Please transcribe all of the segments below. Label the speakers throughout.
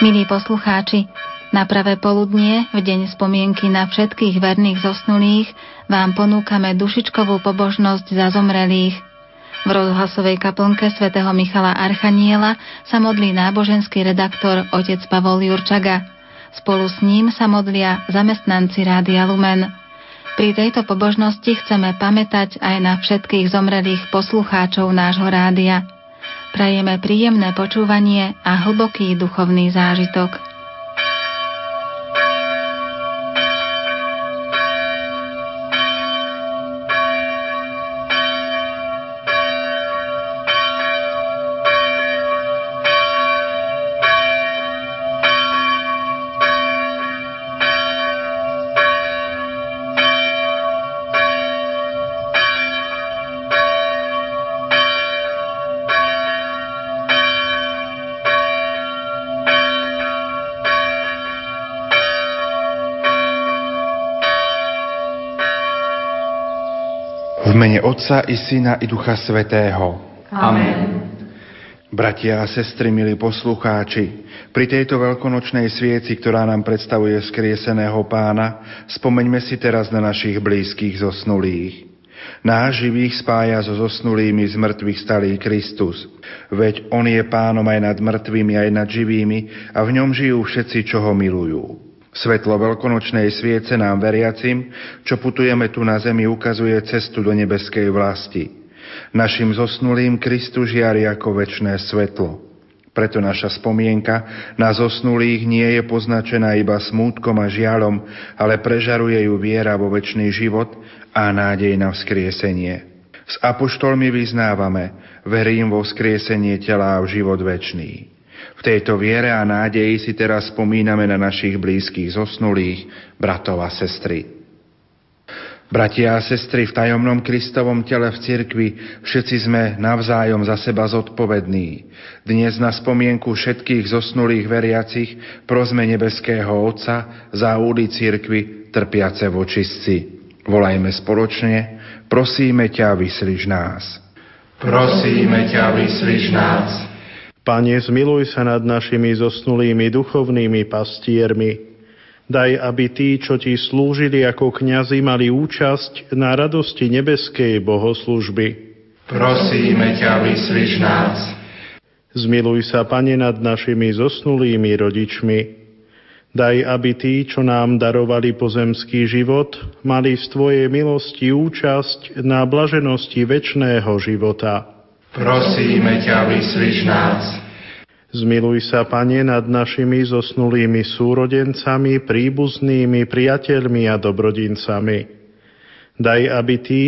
Speaker 1: Milí poslucháči, na pravé poludnie, v deň spomienky na všetkých verných zosnulých, vám ponúkame dušičkovú pobožnosť za zomrelých. V rozhlasovej kaplnke svätého Michala Archaniela sa modlí náboženský redaktor otec Pavol Jurčaga. Spolu s ním sa modlia zamestnanci Rádia Lumen. Pri tejto pobožnosti chceme pamätať aj na všetkých zomrelých poslucháčov nášho rádia. Prajeme príjemné počúvanie a hlboký duchovný zážitok.
Speaker 2: V mene Otca i Syna i Ducha Svetého.
Speaker 3: Amen.
Speaker 2: Bratia a sestry, milí poslucháči, pri tejto veľkonočnej svieci, ktorá nám predstavuje skrieseného pána, spomeňme si teraz na našich blízkych zosnulých. Náš živých spája so zosnulými z mŕtvych stalý Kristus. Veď On je pánom aj nad mŕtvými, aj nad živými a v ňom žijú všetci, čo ho milujú. Svetlo veľkonočnej sviece nám veriacim, čo putujeme tu na zemi, ukazuje cestu do nebeskej vlasti. Našim zosnulým Kristu žiari ako väčšné svetlo. Preto naša spomienka na zosnulých nie je poznačená iba smútkom a žialom, ale prežaruje ju viera vo väčší život a nádej na vzkriesenie. S apoštolmi vyznávame, verím vo vzkriesenie tela a v život väčší. V tejto viere a nádeji si teraz spomíname na našich blízkych zosnulých, bratov a sestry. Bratia a sestry, v tajomnom Kristovom tele v cirkvi všetci sme navzájom za seba zodpovední. Dnes na spomienku všetkých zosnulých veriacich prosme nebeského Otca za údy cirkvi trpiace vočistci. Volajme spoločne, prosíme ťa, vyslíš nás.
Speaker 4: Prosíme ťa, vyslíš nás.
Speaker 5: Pane, zmiluj sa nad našimi zosnulými duchovnými pastiermi. Daj, aby tí, čo ti slúžili ako kňazi, mali účasť na radosti nebeskej bohoslužby.
Speaker 4: Prosíme ťa, vyslíš nás.
Speaker 5: Zmiluj sa, Pane, nad našimi zosnulými rodičmi. Daj, aby tí, čo nám darovali pozemský život, mali z Tvojej milosti účasť na blaženosti väčšného života.
Speaker 4: Prosíme ťa, vyslíš nás.
Speaker 5: Zmiluj sa, Pane, nad našimi zosnulými súrodencami, príbuznými, priateľmi a dobrodincami. Daj, aby tí,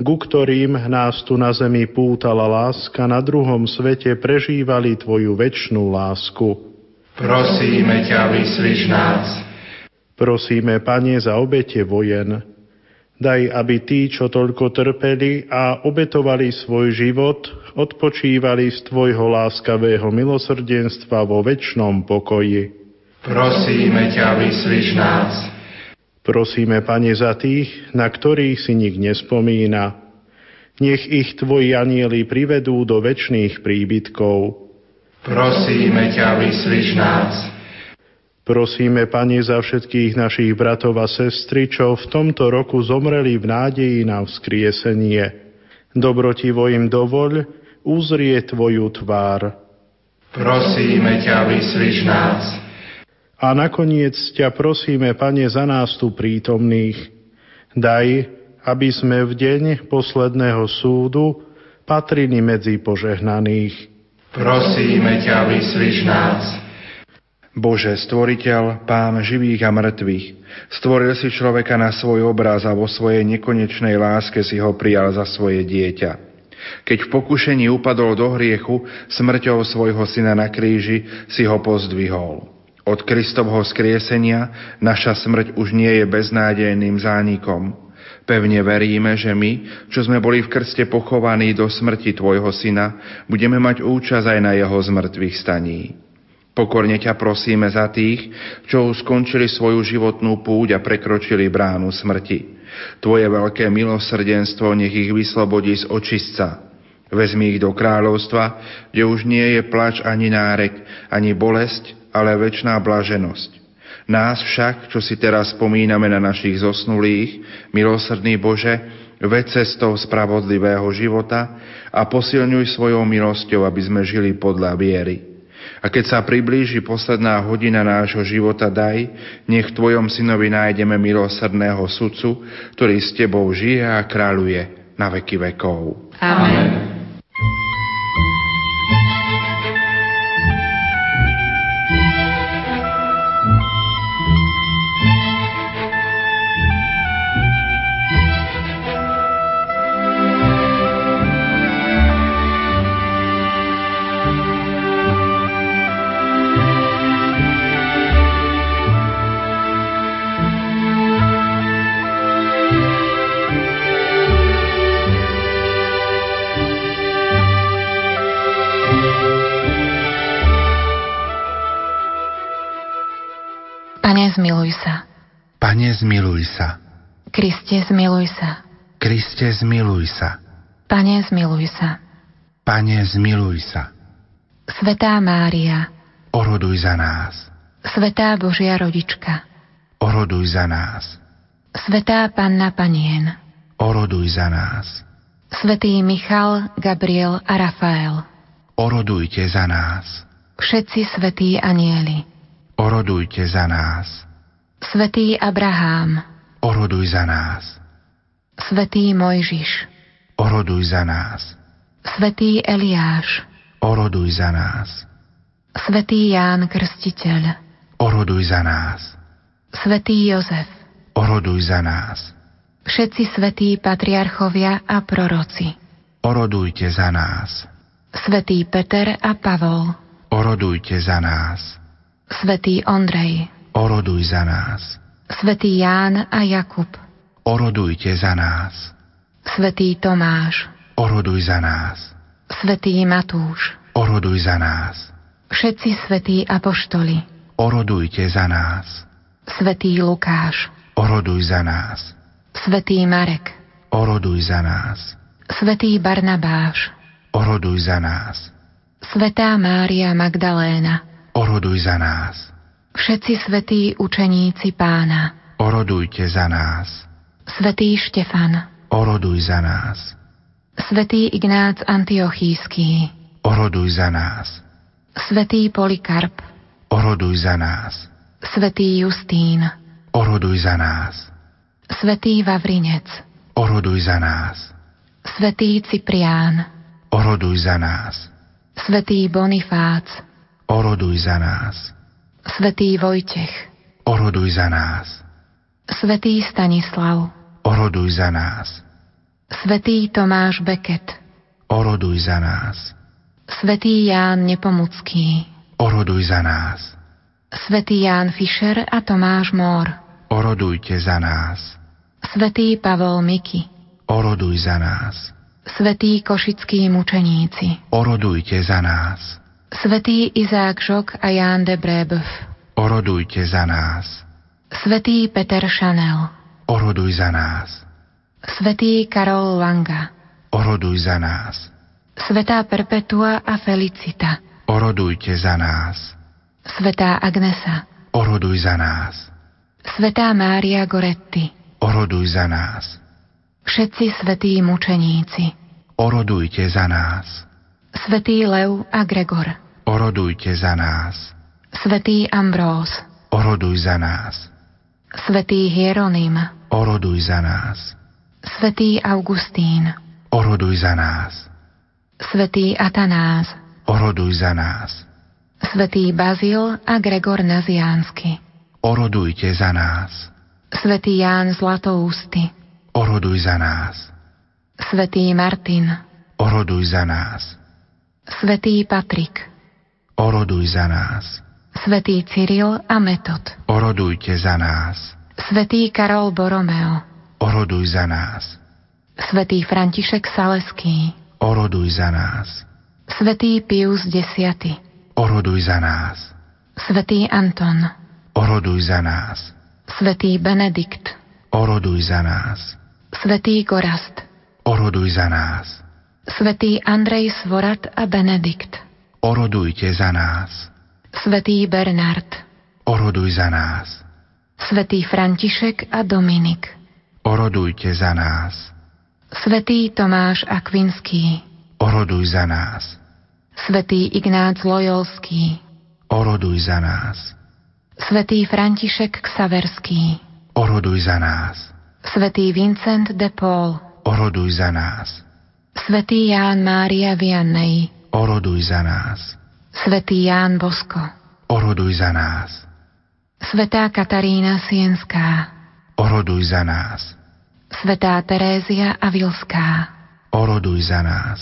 Speaker 5: ku ktorým nás tu na zemi pútala láska, na druhom svete prežívali Tvoju väčšnú lásku.
Speaker 4: Prosíme ťa, vyslíš nás.
Speaker 5: Prosíme, Pane, za obete vojen, Daj, aby tí, čo toľko trpeli a obetovali svoj život, odpočívali z Tvojho láskavého milosrdenstva vo väčšnom pokoji.
Speaker 4: Prosíme ťa, vyslíš nás.
Speaker 5: Prosíme, Pane, za tých, na ktorých si nik nespomína. Nech ich Tvoji anieli privedú do väčšných príbytkov.
Speaker 4: Prosíme ťa, vyslíš nás.
Speaker 5: Prosíme, Pane, za všetkých našich bratov a sestry, čo v tomto roku zomreli v nádeji na vzkriesenie. Dobrotivo im dovoľ, uzrie Tvoju tvár.
Speaker 4: Prosíme ťa, vyslíš nás.
Speaker 5: A nakoniec ťa prosíme, Pane, za nás tu prítomných. Daj, aby sme v deň posledného súdu patrili medzi požehnaných.
Speaker 4: Prosíme ťa, vyslíš nás.
Speaker 2: Bože, stvoriteľ, pán živých a mŕtvych, stvoril si človeka na svoj obraz a vo svojej nekonečnej láske si ho prijal za svoje dieťa. Keď v pokušení upadol do hriechu, smrťou svojho syna na kríži si ho pozdvihol. Od Kristovho skriesenia naša smrť už nie je beznádejným zánikom. Pevne veríme, že my, čo sme boli v krste pochovaní do smrti Tvojho syna, budeme mať účasť aj na jeho zmrtvých staní. Pokorne ťa prosíme za tých, čo už skončili svoju životnú púť a prekročili bránu smrti. Tvoje veľké milosrdenstvo nech ich vyslobodí z očistca. Vezmi ich do kráľovstva, kde už nie je plač ani nárek, ani bolesť, ale väčšiná blaženosť. Nás však, čo si teraz spomíname na našich zosnulých, milosrdný Bože, ved cestou spravodlivého života a posilňuj svojou milosťou, aby sme žili podľa viery. A keď sa priblíži posledná hodina nášho života, daj, nech v Tvojom synovi nájdeme milosrdného sudcu, ktorý s Tebou žije a kráľuje na veky vekov.
Speaker 1: Amen.
Speaker 3: Pane, zmiluj sa.
Speaker 2: Pane, zmiluj sa.
Speaker 3: Kriste, zmiluj sa.
Speaker 2: Kriste, zmiluj sa.
Speaker 3: Pane, zmiluj sa.
Speaker 2: Pane, zmiluj sa.
Speaker 3: Svetá Mária,
Speaker 2: Oroduj za nás.
Speaker 3: Svetá Božia Rodička,
Speaker 2: Oroduj za nás.
Speaker 3: Svetá Panna Panien,
Speaker 2: Oroduj za nás.
Speaker 3: Svetý Michal, Gabriel a Rafael,
Speaker 2: Orodujte za nás.
Speaker 3: všetci svetí anieli,
Speaker 2: Orodujte za nás.
Speaker 3: Svetý Abraham,
Speaker 2: Oroduj za nás.
Speaker 3: Svetý Mojžiš,
Speaker 2: Oroduj za nás.
Speaker 3: Svetý Eliáš,
Speaker 2: Oroduj za nás.
Speaker 3: Svetý Ján Krstiteľ,
Speaker 2: Oroduj za nás.
Speaker 3: Svetý Jozef,
Speaker 2: Oroduj za nás.
Speaker 3: všetci svetí patriarchovia a proroci,
Speaker 2: Orodujte za nás.
Speaker 3: Svetý Peter a Pavol,
Speaker 2: Orodujte za nás.
Speaker 3: Svetý Ondrej,
Speaker 2: Oroduj za nás.
Speaker 3: Svetý Ján a Jakub,
Speaker 2: Orodujte za nás.
Speaker 3: Svetý Tomáš,
Speaker 2: Oroduj za nás.
Speaker 3: Svetý Matúš,
Speaker 2: Oroduj za nás.
Speaker 3: všetci svetí apoštoli,
Speaker 2: Orodujte za nás.
Speaker 3: Svetý Lukáš,
Speaker 2: Oroduj za nás.
Speaker 3: Svetý Marek,
Speaker 2: Oroduj za nás.
Speaker 3: Svetý Barnabáš,
Speaker 2: Oroduj za nás.
Speaker 3: Svetá Mária Magdaléna,
Speaker 2: Oroduj za nás.
Speaker 3: všetci svetí učeníci pána,
Speaker 2: Orodujte za nás.
Speaker 3: Svetý Štefan,
Speaker 2: Oroduj za nás.
Speaker 3: Svetý Ignác Antiochísky,
Speaker 2: Oroduj za nás.
Speaker 3: Svetý Polikarp,
Speaker 2: Oroduj za nás.
Speaker 3: Svetý Justín,
Speaker 2: Oroduj za nás.
Speaker 3: Svetý Vavrinec,
Speaker 2: Oroduj za nás.
Speaker 3: Svetý Ciprián,
Speaker 2: Oroduj za nás.
Speaker 3: Svetý Bonifác,
Speaker 2: Oroduj za nás.
Speaker 3: Svetý Vojtech,
Speaker 2: Oroduj za nás.
Speaker 3: Svetý Stanislav,
Speaker 2: Oroduj za nás.
Speaker 3: Svetý Tomáš Beket,
Speaker 2: Oroduj za nás.
Speaker 3: Svetý Ján Nepomucký,
Speaker 2: Oroduj za nás.
Speaker 3: Svetý Ján Fischer a Tomáš Mór,
Speaker 2: Orodujte za nás.
Speaker 3: Svetý Pavol Miky,
Speaker 2: Oroduj za nás.
Speaker 3: Svetý Košický mučeníci,
Speaker 2: Orodujte za nás.
Speaker 3: Svetý Izák Žok a Ján de Brébeuf,
Speaker 2: Orodujte za nás.
Speaker 3: Svetý Peter Chanel,
Speaker 2: Oroduj za nás.
Speaker 3: Svetý Karol Langa,
Speaker 2: Oroduj za nás.
Speaker 3: Svetá Perpetua a Felicita,
Speaker 2: Orodujte za nás.
Speaker 3: Svetá Agnesa,
Speaker 2: Oroduj za nás.
Speaker 3: Svetá Mária Goretti,
Speaker 2: Oroduj za nás.
Speaker 3: všetci svetí mučeníci,
Speaker 2: Orodujte za nás.
Speaker 3: Svetý Lev a Gregor,
Speaker 2: Orodujte za nás.
Speaker 3: Svetý Ambrós,
Speaker 2: Oroduj za nás.
Speaker 3: Svetý Hieronym,
Speaker 2: Oroduj za nás.
Speaker 3: Svetý Augustín,
Speaker 2: Oroduj za nás.
Speaker 3: Svetý Atanás,
Speaker 2: Oroduj za nás.
Speaker 3: Svetý Bazil a Gregor Naziánsky,
Speaker 2: Orodujte za nás.
Speaker 3: Svetý Ján Zlatoústy,
Speaker 2: Oroduj za nás.
Speaker 3: Svetý Martin,
Speaker 2: Oroduj za nás.
Speaker 3: Svetý Patrik,
Speaker 2: Oroduj za nás.
Speaker 3: Svetý Cyril a Metod,
Speaker 2: Orodujte za nás.
Speaker 3: Svetý Karol Boromeo,
Speaker 2: Oroduj za nás.
Speaker 3: Svetý František Saleský,
Speaker 2: Oroduj za nás.
Speaker 3: Svetý Pius X,
Speaker 2: Oroduj za nás.
Speaker 3: Svetý Anton,
Speaker 2: Oroduj za nás.
Speaker 3: Svetý Benedikt,
Speaker 2: Oroduj za nás.
Speaker 3: Svetý Gorast,
Speaker 2: Oroduj za nás.
Speaker 3: Svetý Andrej Svorat a Benedikt,
Speaker 2: Orodujte za nás.
Speaker 3: Svetý Bernard,
Speaker 2: Oroduj za nás.
Speaker 3: Svetý František a Dominik,
Speaker 2: Orodujte za nás.
Speaker 3: Svetý Tomáš Akvinský,
Speaker 2: Oroduj za nás.
Speaker 3: Svetý Ignác Loyolský,
Speaker 2: Oroduj za nás.
Speaker 3: Svetý František Ksaverský,
Speaker 2: Oroduj za nás.
Speaker 3: Svetý Vincent de Paul,
Speaker 2: Oroduj za nás.
Speaker 3: Svetý Ján Mária Vianney,
Speaker 2: Oroduj za nás.
Speaker 3: Svetý Ján Bosko,
Speaker 2: Oroduj za nás.
Speaker 3: Svetá Katarína Sienská,
Speaker 2: Oroduj za nás.
Speaker 3: Svetá Terézia Avilská,
Speaker 2: Oroduj za nás.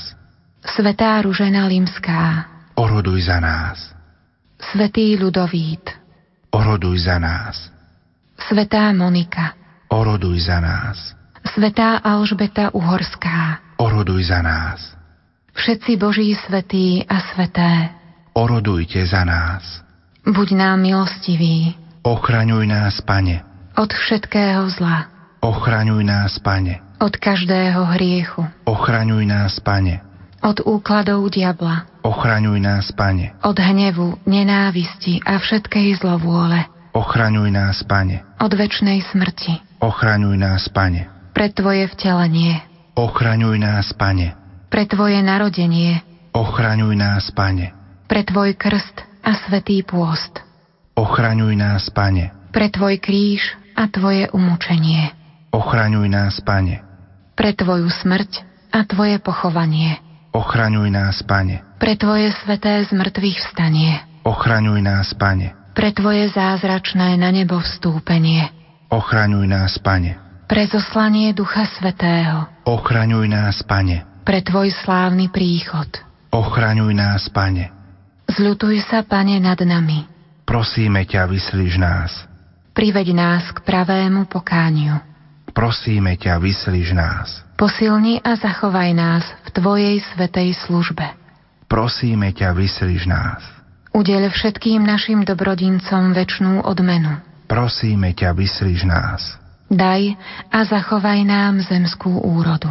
Speaker 3: Svetá Ružena Limská,
Speaker 2: Oroduj za nás.
Speaker 3: Svetý Ľudovít,
Speaker 2: Oroduj za nás.
Speaker 3: Svetá Monika,
Speaker 2: Oroduj za nás.
Speaker 3: Svetá Alžbeta Uhorská,
Speaker 2: Oroduj za nás.
Speaker 3: všetci Boží svetí a sveté,
Speaker 2: Orodujte za nás.
Speaker 3: buď nám milostivý
Speaker 2: Ochraňuj nás, Pane.
Speaker 3: od všetkého zla,
Speaker 2: Ochraňuj nás, Pane.
Speaker 3: od každého hriechu,
Speaker 2: Ochraňuj nás, Pane.
Speaker 3: od úkladov diabla,
Speaker 2: Ochraňuj nás, Pane.
Speaker 3: od hnevu, nenávisti a všetkej zlovôle,
Speaker 2: Ochraňuj nás, Pane.
Speaker 3: od večnej smrti,
Speaker 2: Ochraňuj nás, Pane.
Speaker 3: pre Tvoje vtelenie,
Speaker 2: Ochraňuj nás, Pane.
Speaker 3: pre Tvoje narodenie,
Speaker 2: Ochraňuj nás, Pane.
Speaker 3: pre Tvoj krst a svetý pôst,
Speaker 2: Ochraňuj nás, Pane.
Speaker 3: pre Tvoj kríž a Tvoje umúčenie,
Speaker 2: Ochraňuj nás, Pane.
Speaker 3: pre Tvoju smrť a Tvoje pochovanie,
Speaker 2: Ochraňuj nás, Pane.
Speaker 3: pre Tvoje sveté zmrtvých vstanie,
Speaker 2: Ochraňuj nás, Pane.
Speaker 3: pre Tvoje zázračné na nebo vstúpenie,
Speaker 2: Ochraňuj nás, Pane.
Speaker 3: pre zoslanie Ducha Svetého,
Speaker 2: Ochraňuj nás, Pane.
Speaker 3: pre Tvoj slávny príchod.
Speaker 2: Ochraňuj nás, Pane.
Speaker 3: Zľutuj sa, Pane, nad nami.
Speaker 2: Prosíme ťa, vyslíš nás.
Speaker 3: Priveď nás k pravému pokániu.
Speaker 2: Prosíme ťa, vyslíš nás.
Speaker 3: Posilni a zachovaj nás v Tvojej svetej službe.
Speaker 2: Prosíme ťa, vyslíš nás.
Speaker 3: Udeľ všetkým našim dobrodincom väčšnú odmenu.
Speaker 2: Prosíme ťa, vyslíš nás.
Speaker 3: Daj a zachovaj nám zemskú úrodu.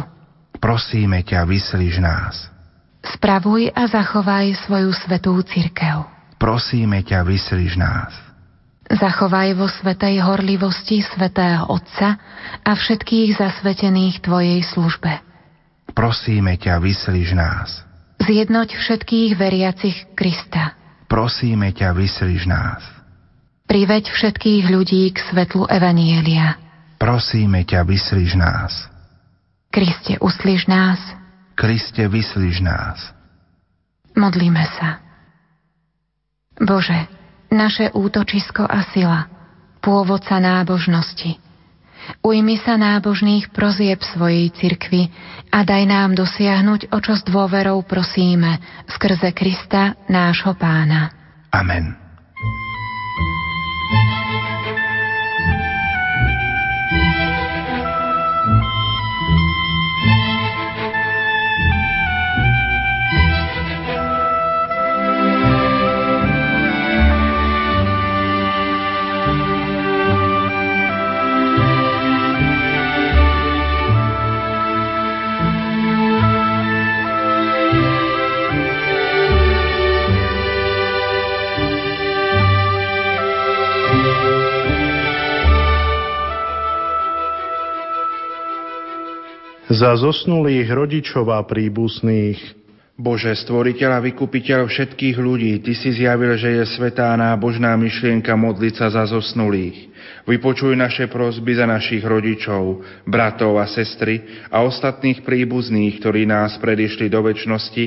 Speaker 2: Prosíme ťa, vyslíš nás.
Speaker 3: Spravuj a zachovaj svoju svetú cirkev.
Speaker 2: Prosíme ťa, vyslíš nás.
Speaker 3: Zachovaj vo svetej horlivosti svetého Otca a všetkých zasvetených Tvojej službe.
Speaker 2: Prosíme ťa, vyslíš nás.
Speaker 3: Zjednoť všetkých veriacich Krista.
Speaker 2: Prosíme ťa, vyslíš nás.
Speaker 3: Priveď všetkých ľudí k svetlu Evanielia.
Speaker 2: Prosíme ťa, vyslíš nás.
Speaker 3: Kriste, uslíš nás.
Speaker 2: Kriste, vyslíš nás.
Speaker 3: Modlíme sa. Bože, naše útočisko a sila, pôvodca nábožnosti, ujmi sa nábožných prozieb svojej cirkvi a daj nám dosiahnuť, o čo s dôverou prosíme, skrze Krista, nášho pána.
Speaker 2: Amen.
Speaker 5: Za zosnulých rodičov a príbuzných.
Speaker 2: Bože, stvoriteľ a vykupiteľ všetkých ľudí, Ty si zjavil, že je svetá nábožná myšlienka modliť sa za zosnulých. Vypočuj naše prosby za našich rodičov, bratov a sestry a ostatných príbuzných, ktorí nás predišli do väčšnosti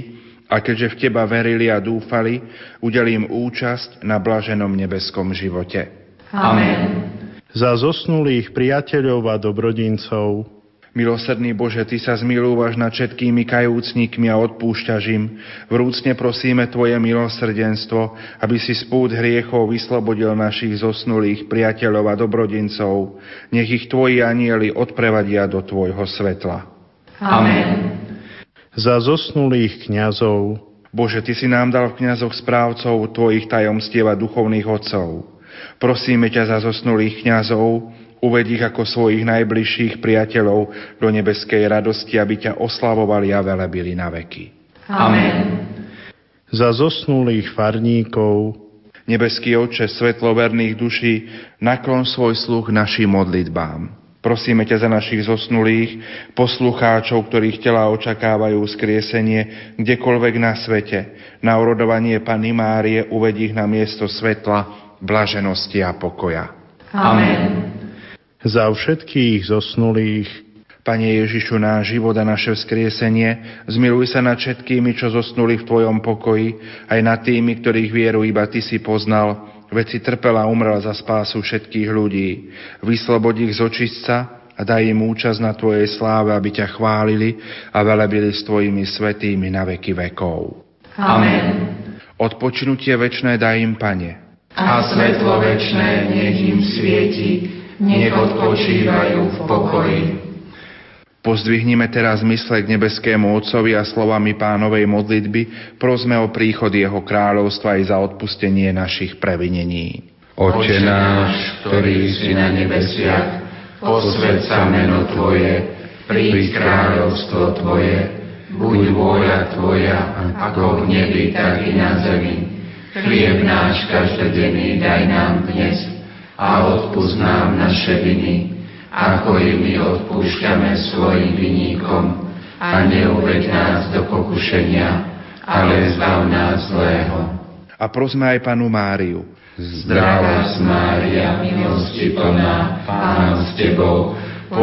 Speaker 2: a keďže v Teba verili a dúfali, udelím účasť na blaženom nebeskom živote.
Speaker 4: Amen.
Speaker 5: Za zosnulých priateľov a dobrodincov.
Speaker 2: Milosrdný Bože, Ty sa zmilúvaš nad všetkými kajúcnikmi a odpúšťaš im. Vrúcne prosíme Tvoje milosrdenstvo, aby si spút hriechov vyslobodil našich zosnulých priateľov a dobrodincov. Nech ich Tvoji anieli odprevadia do Tvojho svetla.
Speaker 4: Amen.
Speaker 5: Za zosnulých kňazov.
Speaker 2: Bože, Ty si nám dal v kňazoch správcov Tvojich tajomstiev a duchovných otcov. Prosíme ťa za zosnulých kňazov, uved ich ako svojich najbližších priateľov do nebeskej radosti, aby ťa oslavovali a velebili na veky.
Speaker 4: Amen.
Speaker 5: Za zosnulých farníkov.
Speaker 2: Nebeský Oče, svetlo verných duší, naklon svoj sluch našim modlitbám. Prosíme ťa za našich zosnulých, poslucháčov, ktorých tela očakávajú skriesenie kdekoľvek na svete, na urodovanie Pany Márie uvedí ich na miesto svetla, blaženosti a pokoja.
Speaker 4: Amen.
Speaker 5: Za všetkých zosnulých,
Speaker 2: Pane Ježišu, náš život a naše vzkriesenie, zmiluj sa nad všetkými, čo zosnuli v Tvojom pokoji, aj nad tými, ktorých vieru iba Ty si poznal, veď si trpel a umrel za spásu všetkých ľudí. Vyslobod ich z očistca a daj im účasť na Tvojej sláve, aby ťa chválili a velebili s Tvojimi svetými na veky vekov.
Speaker 4: Amen.
Speaker 2: Odpočinutie večné daj im, Pane,
Speaker 4: A svetlo večné nech im svieti, nech odpočívajú v pokoji.
Speaker 2: Pozdvihnime teraz mysle k nebeskému Otcovi a slovami pánovej modlitby prosme o príchod Jeho kráľovstva i za odpustenie našich previnení.
Speaker 6: Oče náš, ktorý si na nebesiach, posved sa meno Tvoje, príď kráľovstvo Tvoje, buď vôľa Tvoja, ako v nebi, tak i na zemi. Chlieb náš každodenný daj nám dnes a odpúsť nám naše viny, ako i my odpúšťame svojim vinníkom. A neuveď nás do pokušenia, ale zbav nás zlého.
Speaker 2: A prosme aj panu Máriu.
Speaker 6: Zdravá si Mária, milosti plná, Pán s Tebou,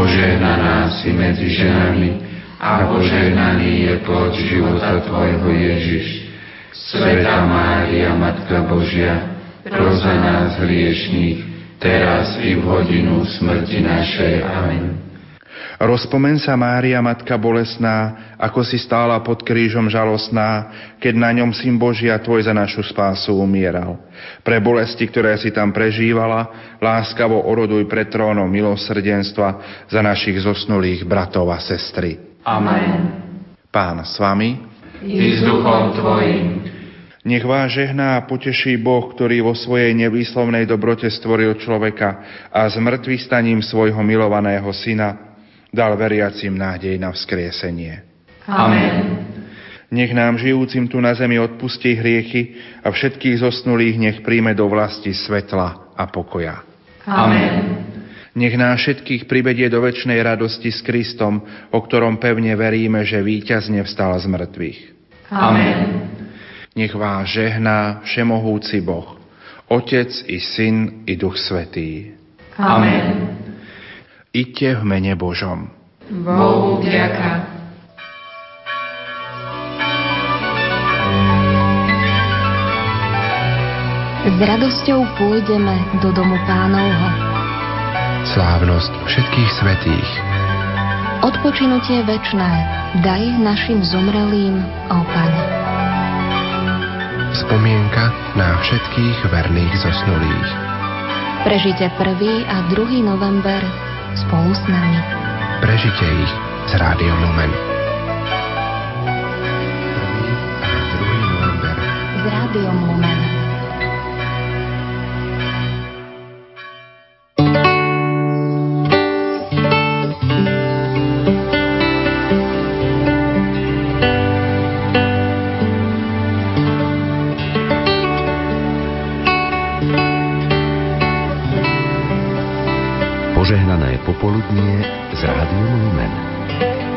Speaker 6: požehnaná si medzi ženami a požehnaný je plod života Tvojho Ježiš. Sveta Mária, Matka Božia, pros za nás hriešných, teraz i v hodinu smrti našej. Amen.
Speaker 2: Rozpomen sa Mária, Matka bolesná, ako si stála pod krížom žalostná, keď na ňom Syn Božia Tvoj za našu spásu umieral. Pre bolesti, ktoré si tam prežívala, láskavo oroduj pred trónom milosrdenstva za našich zosnulých bratov a sestry.
Speaker 4: Amen.
Speaker 2: Pán s vami,
Speaker 4: I s duchom Tvojim.
Speaker 2: Nech vás žehná a poteší Boh, ktorý vo svojej nevýslovnej dobrote stvoril človeka a z mŕtvych staním svojho milovaného syna dal veriacim nádej na vzkriesenie.
Speaker 4: Amen.
Speaker 2: Nech nám žijúcim tu na zemi odpustí hriechy a všetkých zosnulých nech príjme do vlasti svetla a pokoja.
Speaker 4: Amen.
Speaker 2: Nech nás všetkých privedie do väčšnej radosti s Kristom, o ktorom pevne veríme, že víťazne vstal z mŕtvych.
Speaker 4: Amen.
Speaker 2: Nech vás žehná všemohúci Boh, Otec i Syn i Duch Svetý.
Speaker 4: Amen.
Speaker 2: Iďte v mene Božom.
Speaker 4: Bohu vďaka.
Speaker 7: S radosťou pôjdeme do domu pánovho.
Speaker 6: Slávnosť všetkých svetých.
Speaker 7: Odpočinutie večné daj našim zomrelým, ó Pane.
Speaker 6: Spomienka na všetkých verných zosnulých.
Speaker 7: Prežite 1. a 2. november spolu s nami.
Speaker 6: Prežite ich s Rádiom Lumen. 1. a 2. november
Speaker 7: S Rádiom Lumen.
Speaker 6: Požehnané popoludnie s Rádiom Lumen.